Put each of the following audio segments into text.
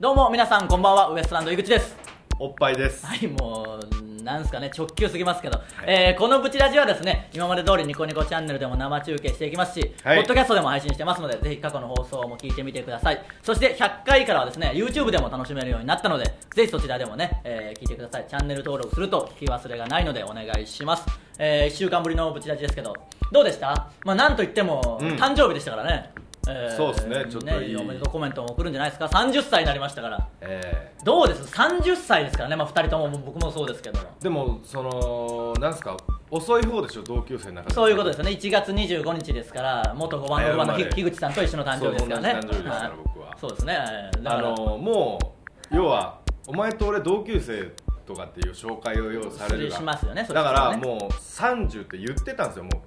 どうも皆さんこんばんはウエストランド井口ですおっぱいです。はいもうなんすかね直球すぎますけど、いえーこのブチラジはですね今まで通りニコニコチャンネルでも生中継していきますし、はいポッドキャストでも配信してますのでぜひ過去の放送も聞いてみてくださいそして100回からはですね YouTube でも楽しめるようになったのでぜひそちらでもね、えー聞いてくださいチャンネル登録すると聞き忘れがないのでお願いします、え1週間ぶりのブチラジですけどどうでしたまあなんといっても、うん誕生日でしたからねえーそうっすねちょっといいおめでとうコメントも送るんじゃないですか30歳になりましたからえどうです30歳ですからね、まあ、2人とも僕もそうですけどもーでもそのなんすか遅い方でしょ同級生の中で。そういうことですよね1月25日ですから元5番の5番の謝れひ樋口さんと一緒の誕生日ですからねそう同じ誕生日ですからい僕はそうですねえーだあからのもう要はお前と俺同級生とかっていう紹介を要されるがしますよねそだうですよねからもう30って言ってたんですよもう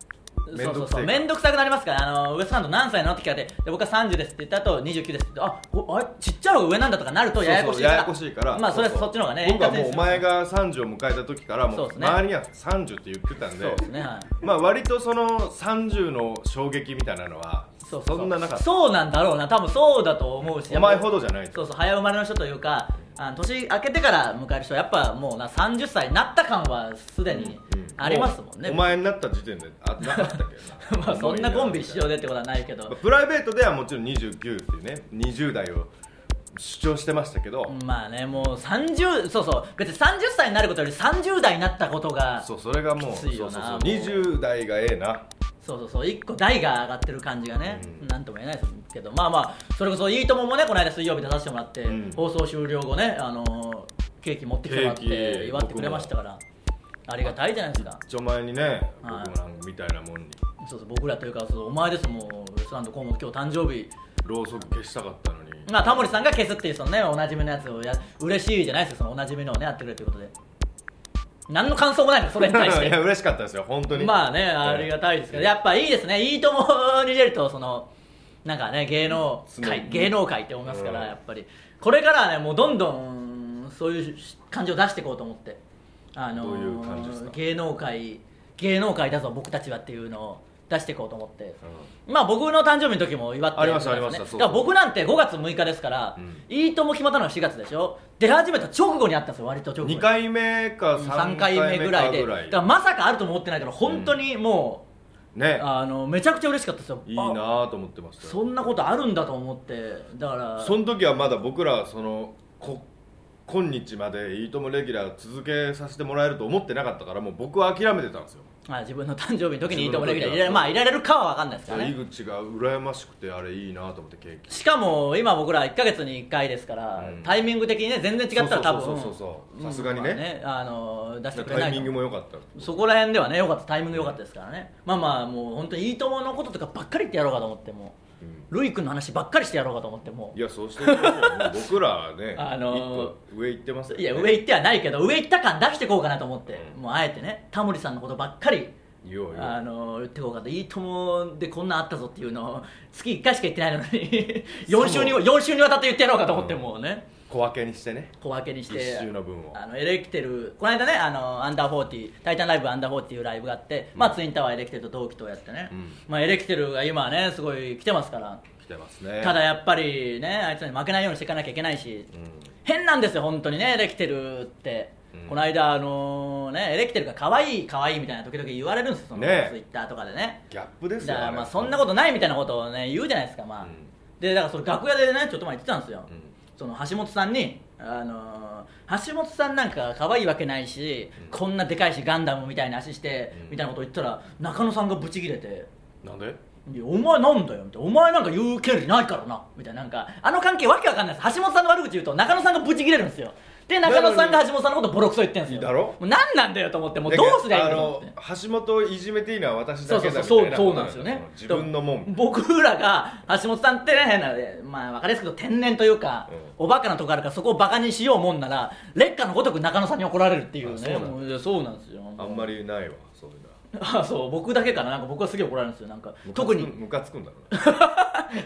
そうそうそうめ面んど倒くさくなりますからあのウエストランド何歳なのって聞かれてで僕は30ですって言った後29ですって言ってあおあれちっちゃい方が上なんだとかなるとややこしいからややこしいからまあそれはううそっちの方がね僕はも円う滑おですよ前が30を迎えた時からもそううですね周りには30って言ってたんそうでですねはいまあ割とその30の衝撃みたいなのはそそうそうんななかったそうなんだろうな多分そうだと思うしお前ほどじゃないとそうそう早生まれの人というかあの年明けてから迎える人はやっぱもうな30歳になった感はすでにありますもんね、うお前になった時点であなかったけど なまあそんなコンビ一緒でってことはないけどプライベートではもちろん29っていうね20代を主張してましたけど、まあねもう30そうそう別に30歳になることより30代になったことがそそうそれがもうきついよなそうそうそうもう20代がええなうそうそう1個代が上がってる感じがね、うんなんとも言えないですけどまあまあそれこそ「いいとも!」もねこの間水曜日出させてもらって、うん放送終了後ね、あのーケーキ持ってきてもらっケーてキ祝ってくれましたからありがたいじゃないですか一丁前にね僕もはいなんかみたいなもんにそうそう僕らというかそうお前ですもんウエストランド河本今日誕生日ろうそく消したかったのにまあタモリさんが消すっていうそのねおなじみのやつをや嬉しいじゃないですかそのおなじみのをねやってくれるということで何の感想もないのそれに対し いやて嬉しかったですよ本当にまあねありがたいですけどやっぱいいですねいいともに出るとそのなんかね芸能う界ん芸能界って思いますから、うんやっぱりこれからはねもうどんどんそういう感じを出していこうと思ってあのーどういう感じですか芸能界芸能界だぞ僕たちはっていうのを出していこうと思ってうまあ僕の誕生日の時も祝ってありましたくれありましたねそうそうだから僕なんて5月6日ですから、うんいいとも決まったのが4月でしょ出始めた直後にあったんですよ割と直ん後に二回目か3三回回目目ぐらいでかぐだからまさかあるとも思ってないけど本当にもう、ねあのめちゃくちゃ嬉しかったですよいいなあぁと思ってましたよそんなことあるんだと思ってだからその時はまだ僕らはそのこ今日まで「いいとも!」レギュラー続けさせてもらえると思ってなかったからもう僕は諦めてたんですよ、まあ、自分の誕生日の時にいいともレギュラー入れ自分の時はられまあ入れられるかは分かんないですから井ね口が羨ましくてあれいいなと思ってケーキしかも今僕ら1か月に1回ですから、うんタイミング的にね全然違ったら多分そうそうそうそうそうさすがにねうんまああの出してくれなタいイとミン思うグも良かったそこら辺ではね良かったタイミング良かったですからね、まあまあもう本当にいいとものこととかばっかり言ってやろうかと思ってもうんうルイ君の話ばっかりしてやろうかと思ってもいやそうしていきましょうもう僕らはね あのー一個上行ってますようねいや上行ってはないけど上行った感出していこうかなと思って、うんもうあえてねタモリさんのことばっかり言おう言おうあの言ってこうかと「いいとも」でこんなんあったぞっていうのを月1回しか言ってないのに 4週にそう4週にわたって言ってやろうかと思ってもうね、小分けにしてね小分けにして一周の分をあのエレキテルこの間ねあのアンダーフォーティタイタンライブアンダーフォーティいうライブがあって、まあツインタワーエレキテルと同期とやってね、うんまあエレキテルが今はねすごい来てますから来てますねただやっぱりねあいつらに負けないようにしていかなきゃいけないし、うん変なんですよ本当にねエレキテルって、うんこの間あのねエレキテルが可愛い可愛いみたいな時々言われるんですよその、ねツイッターとかでねギャップですだよかられまあそんなことないみたいなことをね言うじゃないですかまあ、うんでだからそれ楽屋でねちょっと前言ってたんですよ、うんその橋本さんに、あのー橋本さんなんか可愛いわけないし、うんこんなでかいしガンダムみたいな足して、うんみたいなこと言ったら中野さんがブチギレてなんでいやお前なんだよみたいなお前なんか言う権利ないからなみたいななんかあの関係わけわかんないです橋本さんの悪口言うと中野さんがブチギレるんですよで中野さんが橋本さんのことボロクソ言ってんですよいいだろもう何なんだよと思ってもうどうすりゃいいあのと思っのて橋本をいじめていいのは私そだうそけうだそうみたそいそうなうなんですよね自分のもん僕らが橋本さんってね変なねまあ分かりやすく言うと天然というか、おバカなとこあるからそこをバカにしようもんなら劣化のごとく中野さんに怒られるっていうあねそうなんだもういやそうなんですよあんまりないわそういうのは あそう僕だけかななんか僕はすげえ怒られるんですよなんかムカつく特に ムカつくんだろうな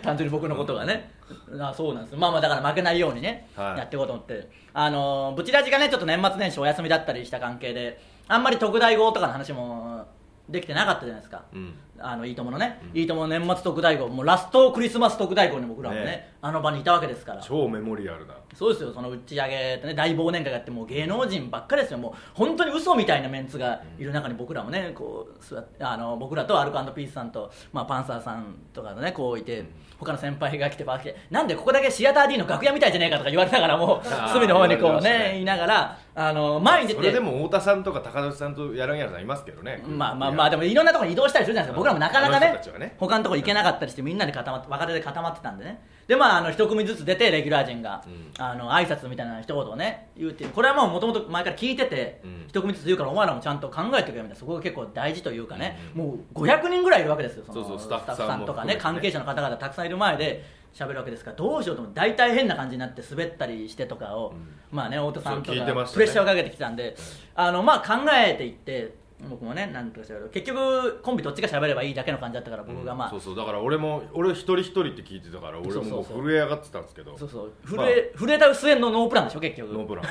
単純に僕のことがね、あそうなんですまあまあだから負けないようにね、はいやっていこうと思ってあのブチラジがねちょっと年末年始お休みだったりした関係であんまり特大号とかの話もできてなかったじゃないですか、うんあのいいとものね、いいともの年末特大号もうラストクリスマス特大号に僕らもねねあの場にいたわけですから超メモリアルなそうですよその打ち上げってね大忘年会があってもう芸能人ばっかりですよもう本当に嘘みたいなメンツがいる中に僕らもねこう座ってあの僕らとアルコピースさんと、まあ、パンサーさんとかのねこういて、他の先輩が来てバーッてなんでここだけシアター D の楽屋みたいじゃねえかとか言われながらもうあー隅の方にこう言われましたねね言いながらあの前に出てそれでも太田さんとか高田さんと柳原さんいますけどねまあまあまあでももいろんなところに移動したりするじゃないですか僕らもなかなかあのね人たちはね他のところ行けなかったりしてみんなで固まって若手で固まってたんでねでまああの一組ずつ出てレギュラー陣が、うあの挨拶みたいな一言をね言うっていうこれはもうもともと前から聞いてて、うん一組ずつ言うからお前らもちゃんと考えてくれみたいなそこが結構大事というかね、うもう500人ぐらいいるわけですよのそうそうスタッフさんとかねも含めてね関係者の方々たくさんいる前で喋るわけですからどうしようとも大体変な感じになって滑ったりしてとかを、うんまあね太田さんとそう聞いてまかしたプねレッシャーをかけてきたんで、あのまあ考えていって僕もねなんとかしゃべる結局コンビどっちが喋ればいいだけの感じだったから僕がまあ、そうそうだから俺も俺一人一人って聞いてたから俺ももうそうそうそう震え上がってたんですけどそうそう震え、震えた末のノープランでしょ結局ノープラ ン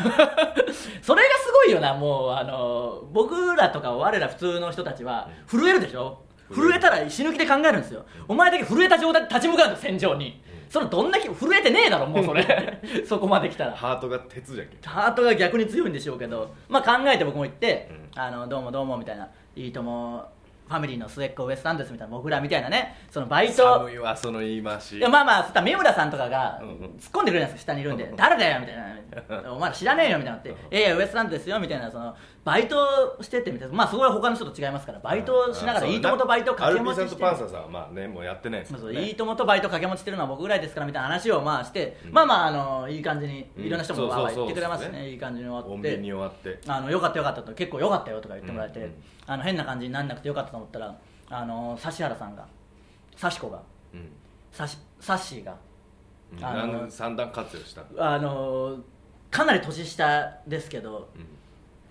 それがすごいよなもうあの僕らとか我ら普通の人たちは震えるでしょ震える震えたら死ぬ気で考えるんですよお前だけ震えた状態で立ち向かうんだよ戦場にそのどんな気震えてねえだろもうそ れそこまで来たらハートが鉄じゃんけハートが逆に強いんでしょうけど、まあ、考えて僕も行って、うあのどうもどうもみたいな「いいともファミリーの末っ子ウエストランドです」みたいな僕らみたいなねそのバイト寒いわその言い回しいやまあまあそしたら三村さんとかがうんうん突っ込んでくれるんですよ下にいるんで「誰だよ」みたい な「お前ら知らねえよ」みたいなって「いやいやウエストランドですよ」みたいなそのバイトしてってみたいなまあそこは他の人と違いますからバイトしながら「いいとも」とバイトを掛け持ちアルしピーさんとてパンサーさんはまあねもうやってないですまあけそどうねいいともとバイト掛け持ちしてるのは僕ぐらいですからみたいな話をまあして、まあまああのいい感じにいろんな人うもんわーわー言ってくそうそうそうれますそうですねねいい感じに終わ穏って便に終わってあのよかったよかったと結構よかったよとか言ってもらえて、うんうんあの変な感じにならなくてよかったと思ったらあの指原さんが指子がうん指しサッシーがうんあのなん三段活用したうんあのかなり年下ですけど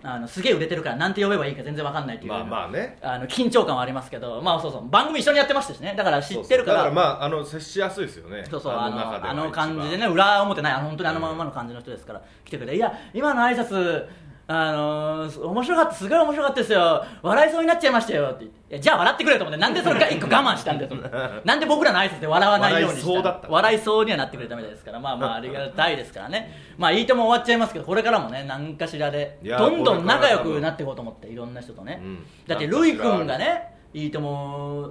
あのすげえ売れてるからなんて呼べばいいか全然わかんないっていうまあまあねあの緊張感はありますけど、まあ、そうそう番組一緒にやってましたしねだから知ってるからそうそうだからまああの接しやすいですよねそうそうあのあの中では一番感じでね裏表ないあの本当にあのまんまの感じの人ですから、来てくれていや今の挨拶あのー、面白かったすごい面白かったですよ笑いそうになっちゃいましたよって言っていやじゃあ笑ってくれと思ってなんでそれが一個我慢したんだよと思 ってなんで僕らの挨拶で笑わないようにしたの笑いそうだった笑いそうにはなってくれたみたいですからまあまあありがたいですからねまあいいとも終わっちゃいますけどこれからもね何かしらでいやどんどんこれから仲良くなっていこうと思っていろんな人とね、うんだってなんかルしイら君がね「いいとも」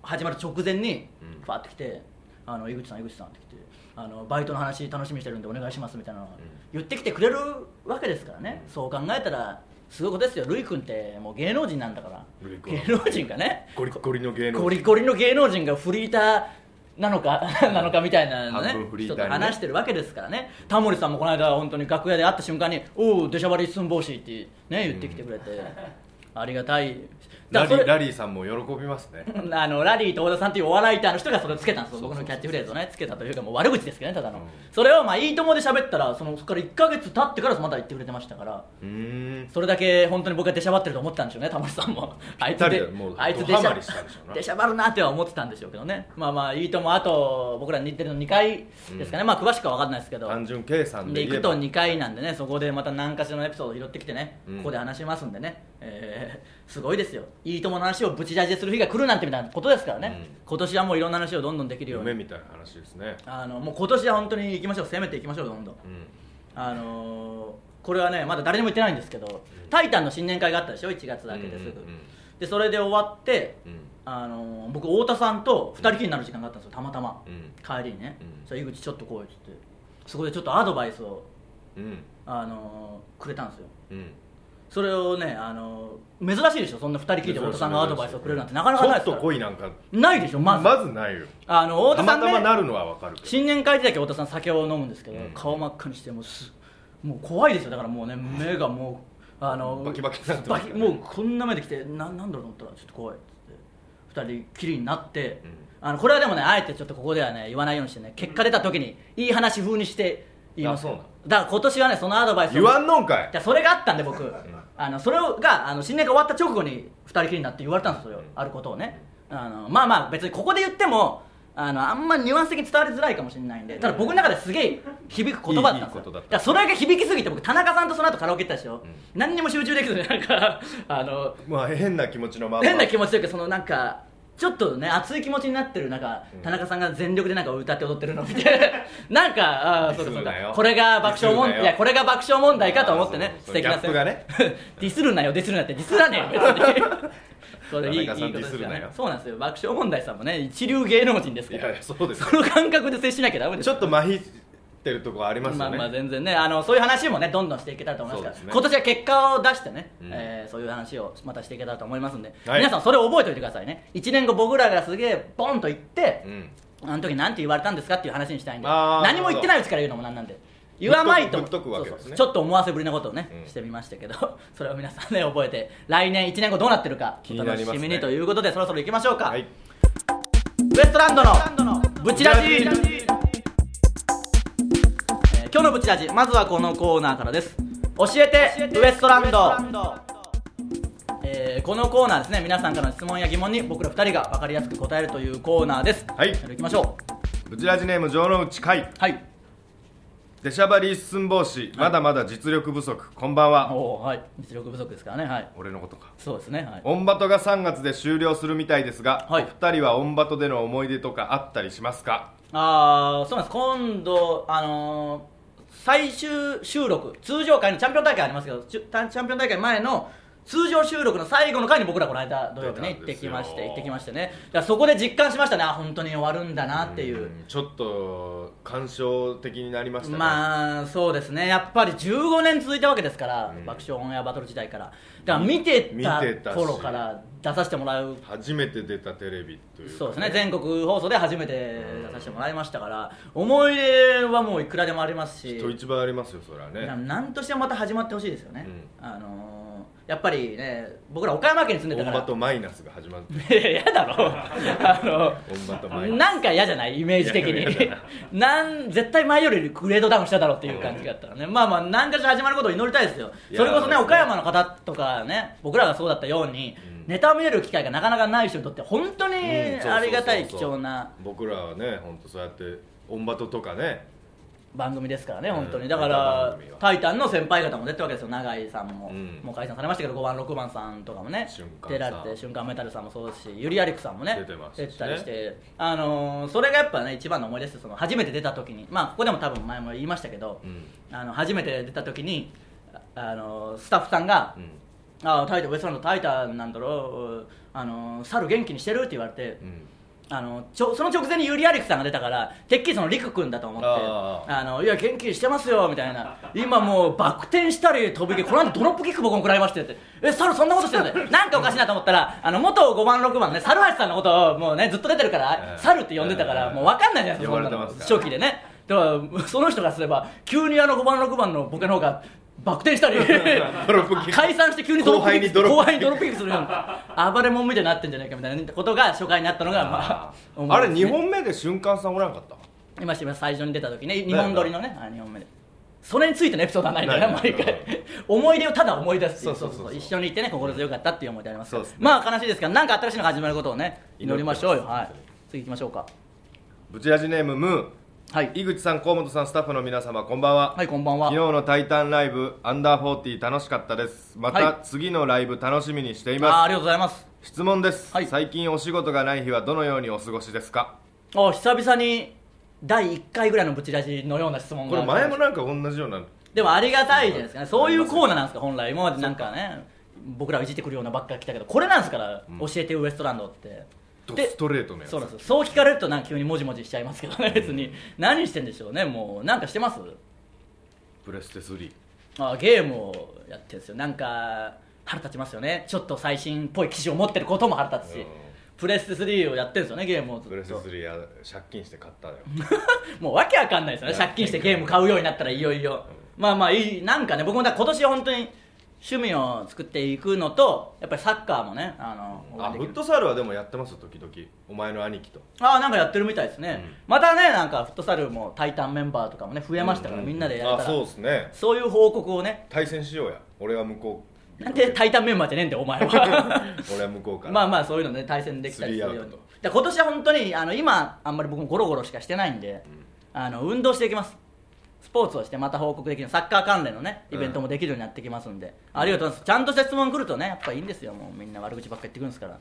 始まる直前にうんファーって来て「あの井口さん井口さん」って来てあの「バイトの話楽しみにしてるんでお願いします」みたいなのを言ってきてくれるわけですからね、うんそう考えたらすごいことですよルイ君ってもう芸能人なんだからルイ君芸は能人がねゴリッゴリの芸能人ゴリゴリの芸能人がフリーターなのかなのかみたいなのね半分フリー人ターにねと話してるわけですからねタモリさんもこの間本当に楽屋で会った瞬間に「おお出しゃばり寸法師」って、ね、言ってきてくれて、 ありがたいラだからそリーれラリーさんも喜びますね あのラリーと太田さんというお笑いターの人がそれをつけたんですよそう僕そうそうのキャッチフレーズをねつけたというかもう悪口ですけどねただの、うんそれをまあいいともで喋ったらそのそこから1か月経ってからまた言ってくれてましたからうーんそれだけ本当に僕が出しゃばってると思ってたんでしょうねタモリさんもあいつぴったりでだよもうあいつドハマりしたんでしょうな出しゃばるなっては思ってたんでしょうけどねまあまあいいともあと僕ら日テレの2回ですかね、まあ詳しくは分かんないですけど単純計算でで行言えくばと2回なんでねそこでまた何かしらのエピソードを拾ってきてね、うんここで話しますんでね、えーすごいですよいいともの話をぶち出しでする日が来るなんてみたいなことですからね、うん今年はもういろんな話をどんどんできるよう夢にみたいな話ですねあのもう今年は本当に行きましょう攻めていきましょうどんどんうんあのーこれはねまだ誰にも言ってないんですけど「タイタン」の新年会があったでしょ1月だけですぐ、うんうんうんでそれで終わって、うんあのー僕太田さんと2人きりになる時間があったんですよたまたま、うん帰りにね、うんそしたら井口ちょっと来い」っつってそこでちょっとアドバイスを、うんあのーくれたんですようんそれをね、あのー珍しいでしょそんな2人きりで太田さんがアドバイスをくれるなんてなかなかないですちょかっらと恋なんかないでしょままず、ずないよあの太た田さまんたねまなるのはわかるけど新年会時だけ太田さん酒を飲むんですけど、うん顔真っ赤にしてもうすもう怖いですよだからもうね目がも うあのバキバキになってまバすキよねもうこんな目で来てななんだろうと思ったらちょっと怖いっつって二人きりになって、うんあのこれはでもねあえてちょっとここではね言わないようにしてね結果出た時にいい話風にして言いますあそうなのだから今年はねそのアドバイスを言わんのんかいじゃあそれがあったんで僕、あのそれをがあの新年会終わった直後に2人きりになって言われたんですそれを、うんあることをねあのまあまあ別にここで言ってもあのあんまニュアンス的に伝わりづらいかもしれないんでただ僕の中ですげえ響く言葉だったんですよいいいいことだったからそれが響きすぎて僕田中さんとその後カラオケ行ったでしょ、う何にも集中できずになんかあのまあ変な気持ちのまんま変な気持ちというかそのなんかちょっとね熱い気持ちになってる中、田中さんが全力でなんか歌って踊ってるのを見 てなんかあーそうかそうディスるなかよこれが爆笑問ディス題るなよいやこれが爆笑問題かと思ってねあー素そうそう敵なギャップがね ディスるなよディスるなってディスらねえよ別に それいいいい田こ中さんとですよディスるなねよそうなんですよ爆笑問題さんもね一流芸能人ですいかやいらやそうですよその感覚で接しなきゃダメですちょっと麻痺ってるとこありますまよあね、まあ全然ねあのそういう話もねどんどんしていけたらと思いますからそうですね今年は結果を出してね、うんえーそういう話をまたしていけたらと思いますんで、はい皆さんそれを覚えておいてくださいね1年後僕らがすげえボンと言ってう、んあの時なんて言われたんですかっていう話にしたいんであー何も言ってないうちから言うのもなんなんで言わないとぶっとくぶっとくわけですねそうそうちょっと思わせぶりなことをね、うんしてみましたけど それを皆さんね覚えて来年1年後どうなってるか気になりますねお楽しみにということでそろそろ行きましょうか、はいウエストランドのブチラジブチラジえー今日のブチラジまずはこのコーナーからです教えてウエストランドえーこのコーナーですね皆さんからの質問や疑問に僕ら2人が分かりやすく答えるというコーナーですはいそれ行きましょうブチラジネーム城之内海はい出しゃばり寸法師まだまだ実力不足こんばんはおーはい実力不足ですからねはい俺のことかそうですねはいオンバトが3月で終了するみたいですが、はいお二人はオンバトでの思い出とかあったりしますかああそうなんです今度あのー最終収録通常回のチャンピオン大会ありますけどチュチャンピオン大会前の通常収録の最後の回に僕らこの間土曜日ね出行ったてんですきよまして行ってきましてねだからそこで実感しましたねあ本当に終わるんだなっていううんちょっと感傷的になりましたね、まあそうですねやっぱり15年続いたわけですから、うん爆笑オンエアバトル時代からだから見て見たてたし頃から出させてもらう初めて出たテレビというか、そうですね全国放送で初めて出させてもらいましたから思い出はもういくらでもありますし人一倍ありますよそれはなねなんとしてもまた始まってほしいですよね、あのーやっぱりね僕ら岡山県にオ住んでンたバかトマイナスが始まってら いや嫌だ ろあオンバトマイのナスなんか嫌じゃないイメージ的いにや嫌だなん絶対前よりグレードダウンしただろうっていう感じがあったらね、まあまあ何かしら始まることを祈りたいですよいやそれこそねそうですね岡山の方とかね僕らがそうだったように、うんネタを見れる機会がなかなかない人にとって本当にうんそうそうそうそうありがたい貴重な僕らはね本当そうやってオンバトとかね番組ですからね、本当うにんだか歌ら番組は「タイタン」の先輩方も出てるわけですよ永井さんも、うんもう解散されましたけど5番6番さんとかもね瞬間さん出られて瞬間メタルさんもそうですしゆりやりくさんもね出てますしねたりして、あのーそれがやっぱね一番の思い出ですその初めて出た時にまあここでも多分前も言いましたけど、うんあの初めて出た時にああのースタッフさんが「うんああタイタンウエストランドタイタンなんだろうあのー猿元気にしてる?」って言われて、うんあのちょその直前にユリ・アレクさんが出たからてっきりそのリク君だと思ってああのいや元気してますよみたいな今もうバク転したり飛び蹴りこの間ドロップキック僕も食らいましてってえ猿そんなことしてるんでなんかおかしいなと思ったらあの元5番6番ね猿橋さんのことをもうねずっと出てるから、うん猿って呼んでたから、うんもう分かんないじゃないですか呼ばれそてんなまのすから初期でねだからその人からすれば急にあの5番6番のボケの方がバク転したりドロップキック 解散して急にドロップキック後後輩輩ににドドロロップキックするような暴れもんみたいになってんじゃないかみたいなことが初回になったのがまあ思あい出れ2ですね本目で瞬間さんおらんかった今して最初に出た時ねよ日な本撮りのね2本目でそれについてのエピソードはないんだよねない毎回思い出をただ思い出すっていうそうそうそうそう一緒にいてね心強かったっていう思い出ありますけどそうですねまあ悲しいですからなんか新しいのが始まることをね祈りましょうよ祈ってますはい次行きましょうかブチラジネームムーはい井口さん河本さんスタッフの皆様こんばんは、はいこんばんは昨日の「タイタンライブアンダー4 0楽しかったですまたは次のライブ楽しみにしていあーまありがとうございますす質問です、はい最近お仕事がない日はどのようにお過ごしですかあ久々に第1回ぐらいのブチラジのような質問こがれ前もなんか同じようなでもありがたいじゃないですかねそういうコーナーなんですか本来今までなんかね僕らをいじってくるようなばっか来たけどこれなんですから、ん教えてウエストランドってドでストレートのやつそうなんですよそう聞かれるとなんか急にもじもじしちゃいますけどね別に何してんでしょうねもうなんかしてますプレステ3あゲームをやってるんですよなんか腹立ちますよねちょっと最新っぽい機種を持ってることも腹立つし、うんプレステ3をやってるんですよねゲームをずっとプレステ3や借金して買ったよ もうわけわかんないですよねいや借金してゲーム買うようになったらいよいよ、まあまあいいなんかね僕もだから今年は本当に趣味を作っていくのとやっぱりサッカーもねあのあフットサルはでもやってますよ時々お前の兄貴とあーなんかやってるみたいですね、うんまたねなんかフットサルもタイタンメンバーとかもね増えましたから、ううみんなでやれたらあそうですねそういう報告をね対戦しようや俺は向こうなんでタイタンメンバーじゃねえんだよお前は 俺は向こうからまあまあそういうのね対戦できたりするようスリーアウにトだから今年は本当にあの今あんまり僕もゴロゴロしかしてないんで、あの運動していきますスポーツをしてまた報告できるサッカー関連のねイベントも できるようになってきますんで、ありがとうございますちゃんとした質問来るとねやっぱいいんですよもうみんな悪口ばっか言ってくるんですから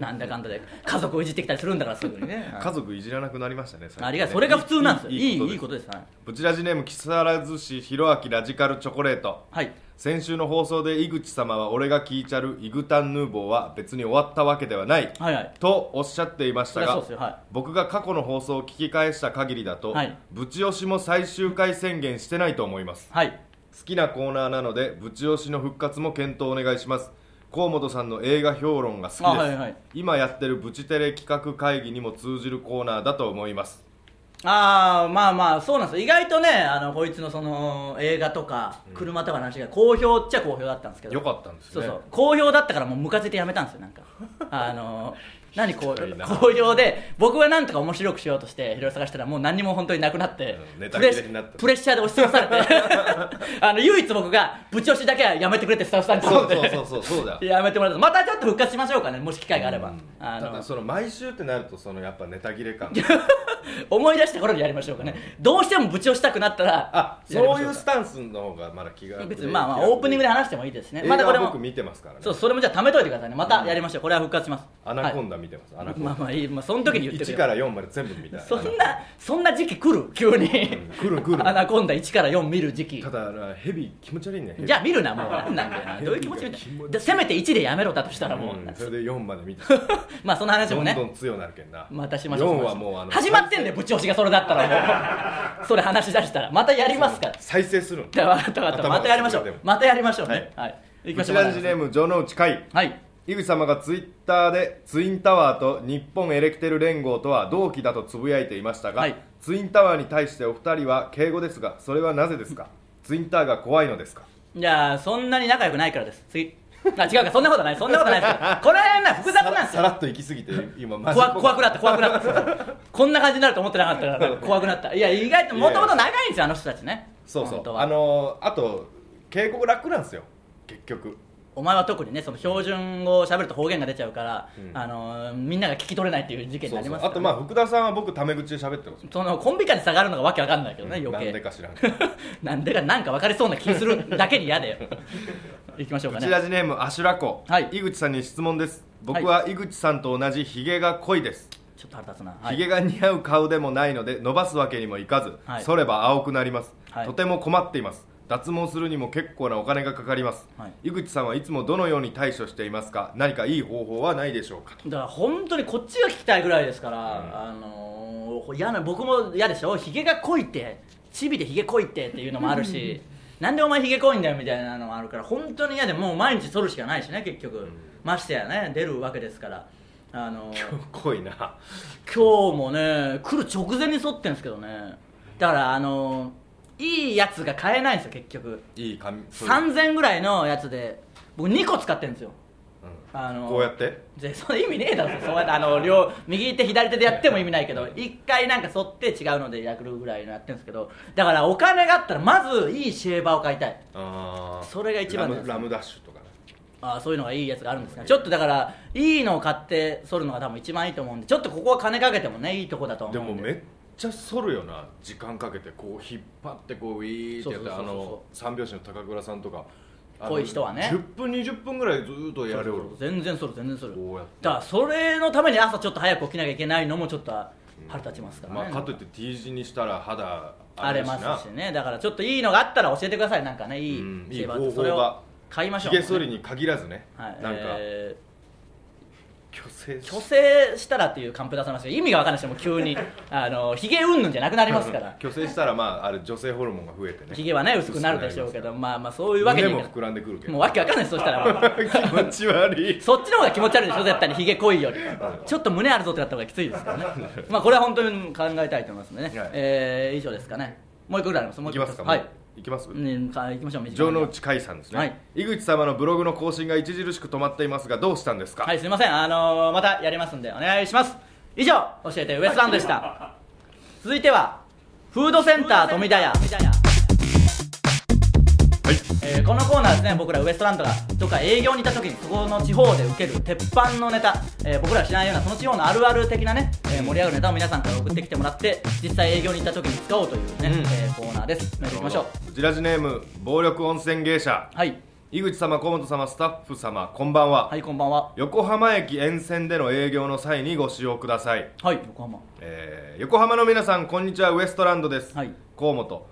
なんだかんだで家族をいじってきたりするんだからすぐに ね、家族いじらなくなりましたね最近ねありがとうそれが普通なんですよいいいいことでですはいすブチラジネーム木更津市ひろあきラジカルチョコレートはい先週の放送で井口様は俺が聞いちゃるイグタンヌーボーは別に終わったわけではないはいはいとおっしゃっていましそたれはそうがですよは僕が過去の放送を聞き返した限りだと、はいブチ押しも最終回宣言してないと思いますいはい好きなコーナーなのでブチ押しの復活も検討お願いします河本さんの映画評論が好きです、あはいはい今やってるブチテレ企画会議にも通じるコーナーだと思いますああまあまあそうなんですよ意外とねあのこいつのその映画とか車とかの話が好評っちゃ好評だったんですけどよかったんですねそうそう好評だったからもうムカついてやめたんですよなんかあ の何こひどいなう好評で僕はなんとか面白くしようとしていろいろ探したらもう何にも本当になくなって、うんネタプレ切れになったプレッシャーで押しつぶされ てあの唯一僕がぶち押しだけはやめてくれってスタッフさんに頼そんうでそうそうそうそうだよやめてもらったまたちょっと復活しましょうかねもし機会があれば、うんあただのその毎週ってなるとそのやっぱネタ切 れ感思い出した頃にやりましょうかね、どうしてもぶち押したくなったらあやりまそしうょいうかスタンスの方がまだ気が別にまあまあオープニングでで話してもいいですね映まだこれ画も僕見てますからねそうそれもじゃあ貯めといてくださいねまたやりましょうこれは復活しますアナコはいンダ見てます、アナコンまダあまあいい、まあ、その時に言ってく1れかよら4まで全部見たそんなそんな時期来る急に来る来るアナコンダ1から4見る時期ただなヘビ気持ち悪いねヘビじゃあ見るなもうなんだよなどういう気持ちででせめて1でやめろだとしたらもう、うんそれで4まで見て まあその話どもんねどん強なるけんなまたしましょう4はもうあの始まってんだよぶち押しがそれだったら もうそれ話し出したらまたやりますから再生するのじゃあ分かった分かった頭がまたやりましょでうもまたやりましょうねはい、 行きブましチょうラジネーム城之内海はい井口様がツイッターでツインタワーと日本エレキテル連合とは同期だとつぶやいていましたが、はいツインタワーに対してお二人は敬語ですがそれはなぜで すかツインタワーが怖いのですかいやーそんなに仲良くないからです次あ違うかそんなことないそんなことないですよこの辺は複雑なんですさよらっと行き過ぎて今マジ怖怖くなった怖くなったこんな感じになると思ってなかったから なんか怖くなったいや意外ともともと長いんですよあの人たちねそうそ本当うはあのーあと敬語楽なんですよ結局お前は特にねその標準語を喋ると方言が出ちゃうから、うんあのーみんなが聞き取れないっていう事件にそなうりそうますからあとまあ福田さんは僕タメ口で喋ってますそのコンビ間に差があるのがわけわかんないけどね、うん余な計んでか知らん なんでかなんか分かりそうな気するだけに嫌だよ行きましょうブかチねラジネームアシュラコ、はい井口さんに質問です僕は井口さんと同じヒゲが濃いです、ちょっと腹立つな、はひいげが似合う顔でもないので伸ばすわけにもいかず、はい剃れば青くなります、はいとても困っています脱毛するにも結構なお金がかかります、はい井口さんはいつもどのように対処していますか何かいい方法はないでしょうかだから本当にこっちが聞きたいぐらいですから、あのー嫌な僕も嫌でしょひげが濃いってチビでひげ濃いってっていうのもある しなんでお前ひげ濃いんだよみたいなのもあるから本当に嫌でもう毎日剃るしかないしね結局、ましてやね出るわけですからあのー濃いな今日もね来る直前に剃ってんですけどねだからあのーいいやつが買えないんですよ結局いい髪そういう3000ぐらいのやつで僕2個使ってるんですよあうんのーこうやってでその意味ねえだろそうやってあの両右手左手でやっても意味ないけど一回なんか剃って違うのでやるぐらいのやってるんですけどだからお金があったらまずいいシェーバーを買いたいあーそれが一番ラですムラムダッシュとかねああそういうのがいいやつがあるんですねちょっとだからいいのを買って剃るのが多分一番いいと思うんでちょっとここは金かけてもねいいとこだと思でうんもめっちゃ剃るよな時間かけてこう引っ張ってこうウィーってやってそうあそうそうそうの三拍子の高倉さんとかあのこういう人はね10分20分ぐらいずーっとやるよ全然剃る全然剃るこうやってだからそれのために朝ちょっと早く起きなきゃいけないのもちょっと腹立ちますからね、まあ、かといって T 字にしたら肌あれまだすしねだからちょっといいのがあったら教えてくださいなんかねいいうんシェーバーいい方法がそれを買いましひょうげ剃りに限らずね、はい、なんか、え虚勢ー、虚勢したらっていうカンペ出されましたけど意味が分かんないですよもう急に あのひげうんぬんじゃなくなりますから虚勢したらまああれ女性ホルモンが増えてねひげはね薄くなるでしょうけどまあまあそういうわけに胸いかもない膨らんでくるけどもうわけわかんないですそしたら もう 気持ち 悪いそっちの方が気持ち悪いでしょ絶対にひげ濃いよりちょっと胸あるぞってなった方がきついです からねまあこれは本当に考えたいと思いますね、はいえー以上ですかねもう一個ぐらいありますもうい一き個ますかはいもういきます、うん、か行きましょう短城い之内海さんですね、はい井口様のブログの更新が著しく止まっていますがどうしたんですか、はいすいませんあのーまたやりますんでお願いします以上教えてウエストランドで した続いてはフードセンター富田屋はいえーこのコーナーですね僕らウエストランドがとか営業に行った時にそこの地方で受ける鉄板のネタ、えー僕らが知らないようなその地方のあるある的なね、えー盛り上がるネタを皆さんから送ってきてもらって実際営業に行った時に使おうというね、うんえーコーナーですメールいきましょうブチラジネーム暴力温泉芸者はい井口様河本様スタッフ様こんばんは、はいこんばんは横浜駅沿線での営業の際にご使用ください、はい横浜えー横浜の皆さんこんにちはウエストランドです、はい河本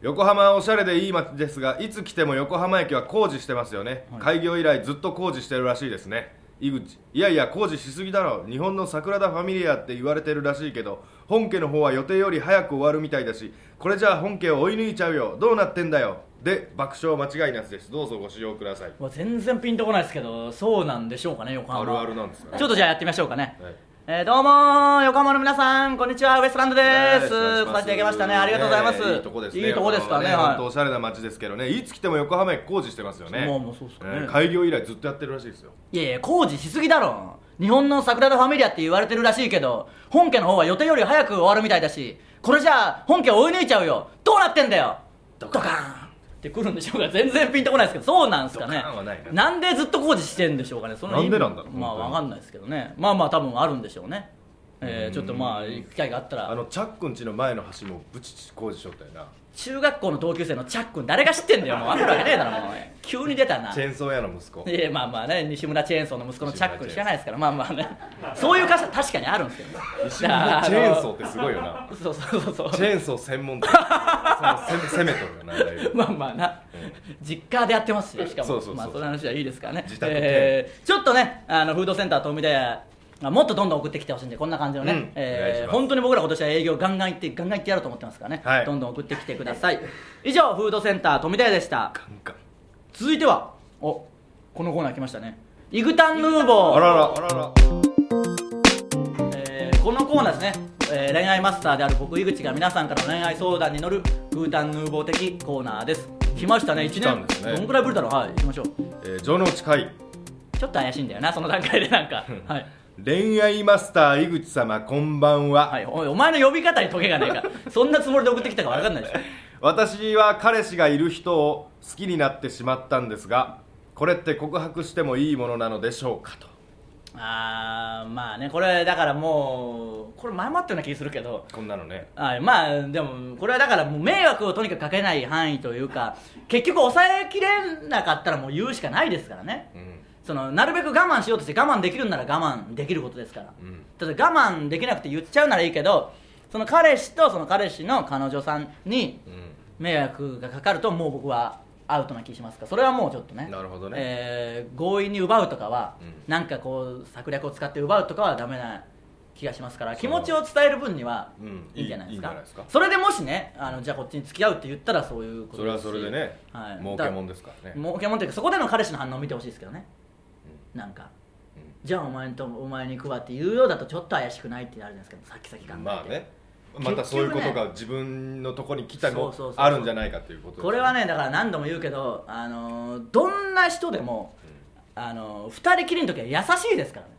横浜はおしゃれでいい街ですがいつ来ても横浜駅は工事してますよね、はい開業以来ずっと工事してるらしいですね井口いやいや工事しすぎだろ日本の桜田ファミリアって言われてるらしいけど本家の方は予定より早く終わるみたいだしこれじゃあ本家を追い抜いちゃうよどうなってんだよで爆笑間違いなしですどうぞご使用くださいうわ全然ピンとこないですけどそうなんでしょうかね横浜あるあるなんですかねちょっとじゃあやってみましょうかね、はいえーどうもー横浜の皆さんこんにちはウエストランドではいす来お願いしますさせていただきましたねありがとうございます、ねいいとこですねいいとこですからね横浜はは本当おしゃれな街ですけどねいつ来ても横浜駅工事してますよねまあまあそうっすかねえー開業以来ずっとやってるらしいですよいいやいや工事しすぎだろ日本の桜田ファミリアって言われてるらしいけど本家の方は予定より早く終わるみたいだしこれじゃあ本家を追い抜いちゃうよどうなってんだよドカーンってくるんでしょうか全然ピンとこないですけどそうなんですかねドカーンはないんでずっと工事してんでしょうかねその意味なんでなんだろうまあ本当にわかんないですけどねまあまあ多分あるんでしょうねえーちょっとまあ行く機会があったらあのチャックン家の前の橋もブチチ工事しとったよな中学校の同級生のチャックン誰が知ってんだよもう分かるわけねえだろもう急に出たなチェーンソー屋の息子いやまあまあね西村チェーンソーの息子のチャック西村チェーンソー知らないですからまあまあねそういう歌詞は確かにあるんですけどね西村チェーンソーってすごいよなーそうそうそうそうチェーンソー専門店そのせ 攻めとるよなだいぶまあまあな、実家でやってますししかもそうそうそうまあ、その話はいいですからね自宅兼えーちょっとねあのフードセンター富田屋まあもっとどんどん送ってきてほしいんでこんな感じのね、うんお願いしえーます本当に僕ら今年は営業ガンガン行ってガンガン行ってやろうと思ってますからね、はいどんどん送ってきてください以上フードセンター富田屋でしたガンガン続いてはおこのコーナー来ましたねイグタンヌーボーあららあららえーこのコーナーですね、えー恋愛マスターである僕井口が皆さんからの恋愛相談に乗るグータンヌーボー的コーナーです来ましたね1来たん年ですねどんくらいぶりだろうはい行きましょうえー城之内海ちょっと怪しいんだよなその段階でなんかはい、恋愛マスター井口様こんばんは、はい、おいお前の呼び方にトゲがないかそんなつもりで送ってきたか分かんないでしょ私は彼氏がいる人を好きになってしまったんですがこれって告白してもいいものなのでしょうかとあーまあねこれだからもうこれ前もあったような気するけどこんなのねはい、まあでもこれはだからもう迷惑をとにかくかけない範囲というか結局抑えきれなかったらもう言うしかないですからねうんそのなるべく我慢しようとして我慢できるんなら我慢できることですから、うんただ我慢できなくて言っちゃうならいいけどその彼氏とその彼氏の彼女さんにう迷惑がかかるともう僕はアウトな気しますからそれはもうちょっとねなるほどねえー強引に奪うとかは、うんなんかこう策略を使って奪うとかはダメな気がしますからそう気持ちを伝える分にはうんいいんじゃないですか,、いいいいんじゃないですかそれでもしねあのじゃあこっちに付き合うって言ったらそういうことそれはすしそれでね、はい、儲けもんですからね儲けもんというかそこでの彼氏の反応を見てほしいですけどね、なんか、うんじゃあお前とお前に行くわって言うようだとちょっと怪しくないってなるじゃないですかさっき先考えて、まあね結局ねまたそういうことが自分のとこに来たそうのそうそうそうあるんじゃないかっていうことですねこれはねだから何度も言うけど、あのーどんな人でも、あのー、2人きりの時は優しいですからね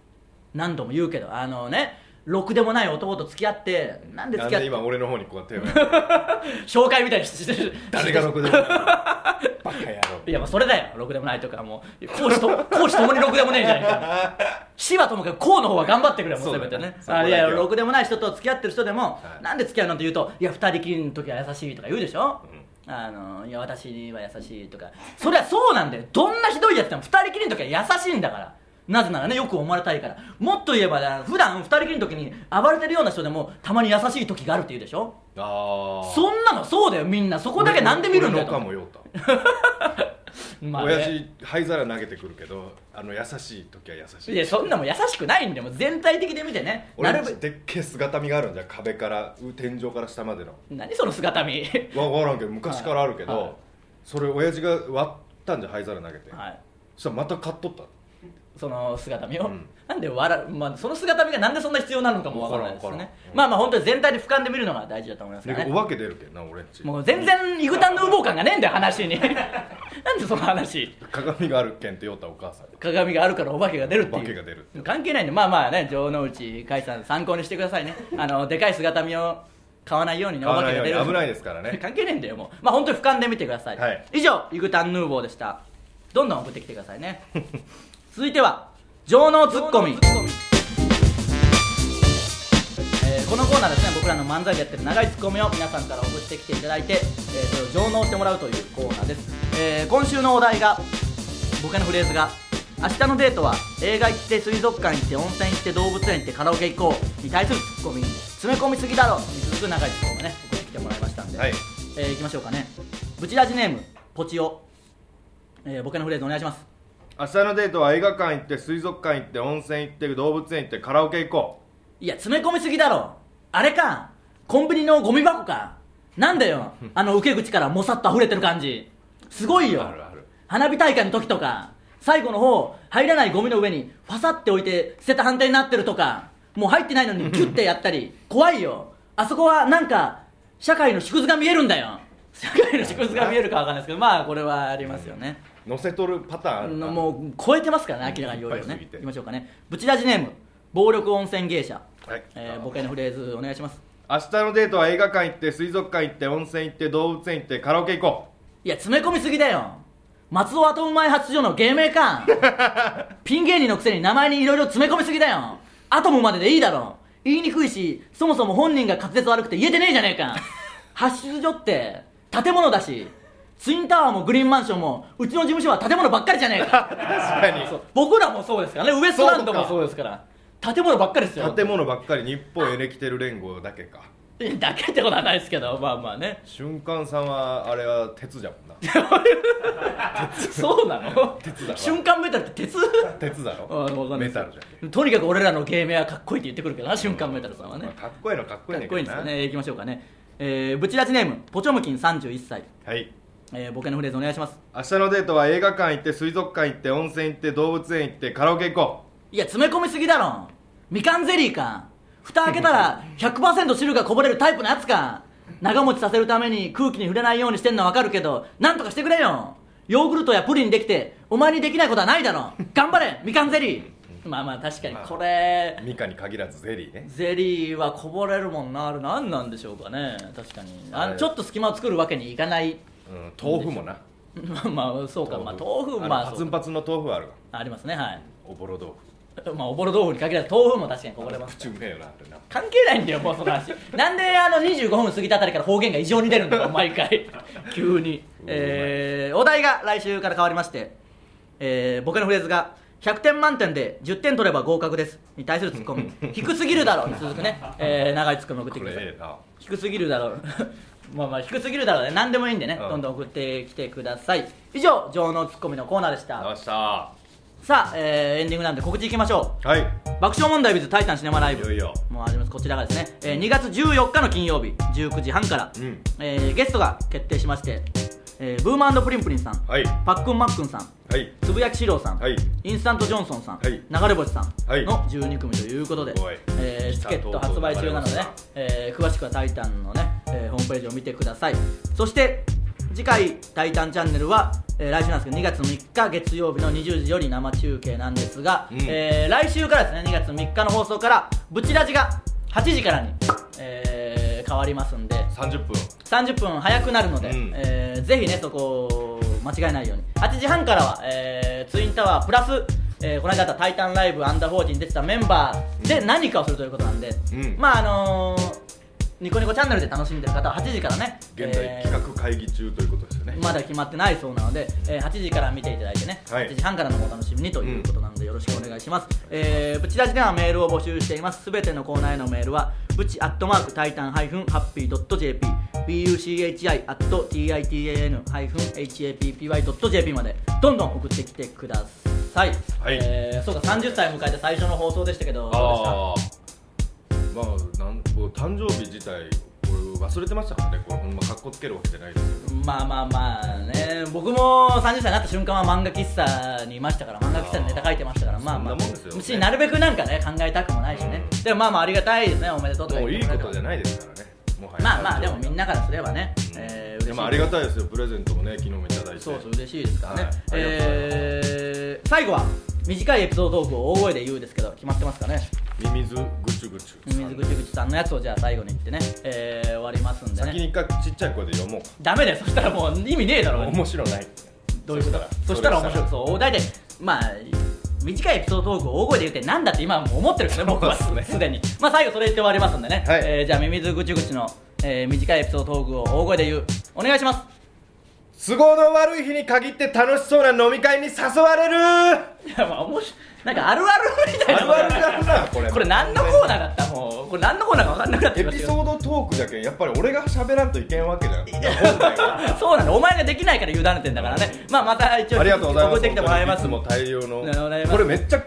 何度も言うけどあのねろくでもない男と付き合ってなんで付なんき合っでて今俺の方にこうやって手を挙 げて紹介みたいにしてる誰がろくでもないバカ野いやまあそれだよろくでもないとかもう講師と講師ともにろくでもねえじゃないか死はともかくこうの方は頑張ってくれもうそうせだめねてねそこだあいけはやろくでもない人と付き合ってる人でも、はいなんで付き合うのって言うといや二人きりの時は優しいとか言うでしょ、うあのいや私には優しいとかそりゃそうなんだよどんなひどいやつでも二人きりの時は優しいんだからなぜならねよく思われたいからもっと言えばね普段二人きりの時に暴れてるような人でもたまに優しい時があるって言うでしょ郎ああそんなのそうだよみんなそこだけなんで見るんだよ俺の俺のかもようたまあね親父灰皿投げてくるけどあの優しい時は優しいいやそんなもん優しくないんでもう全体的で見てねな俺るんべちでっけえ姿見があるんじゃん壁からう天井から下までの何その姿見 わわからんけど昔からあるけど、はいそれ親父が割ったんじゃん灰皿投げて、はいそしたらまた買っとったその姿見を、うんなんで笑う、まあ、その姿見がなんでそんな必要なのかもわからないですわからねんわからんうんまあまあ本当に全体で俯瞰で見るのが大事だと思いますからでおね化け出るけんな俺んちもう全然イグタンの羽毛感がねえんだよ話に なんでその話鏡があるけんって言おったお母さんが鏡があるからお化けが出るっていうお化けが出るって関係ないんでまあまあね城之内海さん参考にしてくださいねあのでかい姿見を買わないようにね買わないお化けが出ようるに危ないですからね 関係ねえんだよもうまあ本当に俯瞰で見てください、はい以上イグタンヌーボーでしたどんどん送ってきてくださいね 続いては情能ツッコミえーこのコーナーですね僕らの漫才でやってる長いツッコミを皆さんから送ってきていただいて、えーそれを上納してもらうというコーナーです、えー今週のお題がボケのフレーズが明日のデートは映画行って水族館行って温泉行って動物園行ってカラオケ行こうに対するツッコミ詰め込みすぎだろに続く長いツッコミがねここに来てもらいましたんで、はいえー、いきましょうかねブチラジネームポチオ、えー、ボケのフレーズお願いします明日のデートは映画館行って水族館行って温泉行って動物園行ってカラオケ行こいや詰め込みすぎだろあれかコンビニのゴミ箱かなんだよあの受け口からもさっと溢れてる感じすごいうよあるある花火大会の時とか最後の方入らないゴミの上にファサって置いて捨てた判定になってるとかもう入ってない のにキュッてやったり怖いよあそこはなんか社会の縮図が見えるんだよ社会の縮図が見えるかわかんないですけどまあこれはありますよね乗せとるパターンあるなのもう超えてますからね明らかに容量いっぱいねすぎていきましょうかねブチラジネーム暴力温泉芸者、はいえー、ボケのフレーズお願いします明日のデートは映画館行って水族館行って温泉行って動物園行ってカラオケ行こいや詰め込みすぎだよ松尾アトム前発所の芸名 かピン芸人のくせに名前にいろいろ詰め込みすぎだよアトムまででいいだろ言いにくいしそもそも本人が滑舌悪くて言えてねえじゃねえ か発出所って建物だしツインタワーもグリーンマンションもうちの事務所は建物ばっかりじゃねえうか確かにそう僕らもそうですからねウエストランドもそうですから建物ばっかりですよ建物ばっかり日本エレキテル連合だけかいやだけってことはないですけどまあまあね瞬間さんはあれは鉄じゃも んなそうなの鉄だわ瞬間メタルって鉄鉄だあわかろんないメですタルじゃんけとにかく俺らの芸名はかっこいいって言ってくるけどな瞬間メタルさんはね、まあかっこいいのかっこいいかねっんこいいんけでどすなよねいきましょうかねえー、ブチラチネームポチョムキン31歳、はいえー、ボケのフレーズお願いします明日のデートは映画館行って水族館行って温泉行って動物園行ってカラオケ行こいや詰め込みすぎだろみかんゼリーか蓋開けた ら100%汁がこぼれるタイプのやつか長持ちさせるために空気に触れないようにしてんのはわかるけどなんとかしてくれよヨーグルトやプリンできてお前にできないことはないだろ頑張れみかんゼリーまあまあ確かにこれうミカに限らずゼリーねゼリーはこぼれるもんなあれ何なんでしょうかね確かにああれちょっと隙間を作るわけにいかない うん豆腐もなまあそうかまあ豆腐まのあパそツうンパツンの豆腐あるわありますねはいおぼろ豆腐まあおぼろ豆腐に限らず豆腐も確かにこぼれます口うめえよなあれな関係ないんだよもうその 話なんであの25分過ぎたあたりから方言が異常に出るんだよ毎 回急に、えーお題が来週から変わりまして、えー、僕のフレーズが100点満点で10点取れば合格ですに対するツッ コミ低すぎるだろうに続くね、えー長いツッコミを送ってこくれださいええな低すぎるだろう まあまあ低すぎるだろうね何でもいいんでね、うんどんどん送ってきてください以上情のツッコミのコーナーでした、よっしゃさあ、えーエンディングなんで告知いきましょうーはい爆笑問題 with タイタンシネマライいブよいよもうありますこちらがですね、えー2月14日の金曜日19時半から、うんえーゲストが決定しまして、えーブーマンプリンプリンさん、はいパックンマックンさんはいつぶやきしろうさん、はいインスタントジョンソンさん、はい流れ星さんはいの12組ということで、すごいえーチ北ケット発売中なので、ね東えー詳しくは「タイタン」のね、えーホームページを見てくださいそして次回「タイタンチャンネルは」えー来週なんですけど2月3日月曜日の20時より生中継なんですが、うんえー来週からですね2月3日の放送からブチラジが8時からに、えー変わりますんで30分30分早くなるので、うんえーぜひねそこを間違えないように8時半からは、えーツインタワープラス、えーこの間あった「タイタンライブアンダーフォーティに出てたメンバーで何かをするということなんで、うんまああのーニコニコチャンネルで楽しんでる方は8時からね現在えー企画会議中ということですよねまだ決まってないそうなので、えー8時から見ていただいてね、はい8時半からのお楽しみにということなのでよろしくお願いします、えーブチラジではメールを募集していますすべてのコーナーへのメールはブチアットマークタイタンハイフンハッピードット JP buchi アット titan ハイフン happy ドット JP までどんどん送ってきてください、はいえーそうか30歳迎えて最初の放送でしたけどどああまあなんこう誕生日自体俺忘れてましたからねこれほんまかっこつけるわけじゃないですけどうでしたまあまあまあね僕も30歳になった瞬間は漫画喫茶にいましたから漫画喫茶でネタ書いてましたからまあまあそんなもんですよねしなるべくなんかね考えたくもないしね、うんでもまあまあありがたいですねおめでとうとかもういいことじゃないないですからねもはやまあまあでもみんなからすればね、うんえー、嬉しいでもありがたいですよプレゼントもね昨日もいただいてそうそう嬉しいですからね、はいありがとうございますえー、最後は短いエピソードトークを大声で言うですけど決まってますかねミミズぐちゅぐちゅミミズグチグチさんのやつをじゃあ最後に言ってね、えー、終わりますんで先ねに一回ちっちゃい声で読もうダメだよそしたらもう意味ねえだろ面白ないどういうことだそしたら面白いそう大体まあ短いエピソードトークを大声で言ってなんだって今はもう思ってるけどね僕はそうですねすでにまあ最後それ言って終わりますんでね、はいえーじゃあミミズぐちぐちの、えー短いエピソードトークを大声で言うお願いします都合の悪い日に限って楽しそうな飲み会に誘われるいやまあ面白いなんかあるあるみたいなあるあるだろなこれこれ何のコーナーだったもうこれ何のコーナーか分かんなくなってエきまピすソよードトークじゃけんやっぱり俺が喋らんといけんわけじゃん本来はそうなんだお前ができないから委ねてんだからねまあまた一応ありがとうございます送ってきてもらいますいつも大量のねお願いしますこれめっちゃ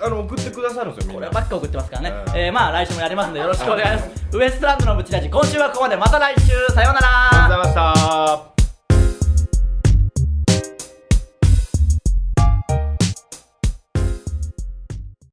あの送ってくださるんですよみこんれなばっか送ってますからね、うんえーまあ来週もやりますんでよろしくお願いしますウエストランドのブチラジ今週はここまでまた来週さようならありがとうございました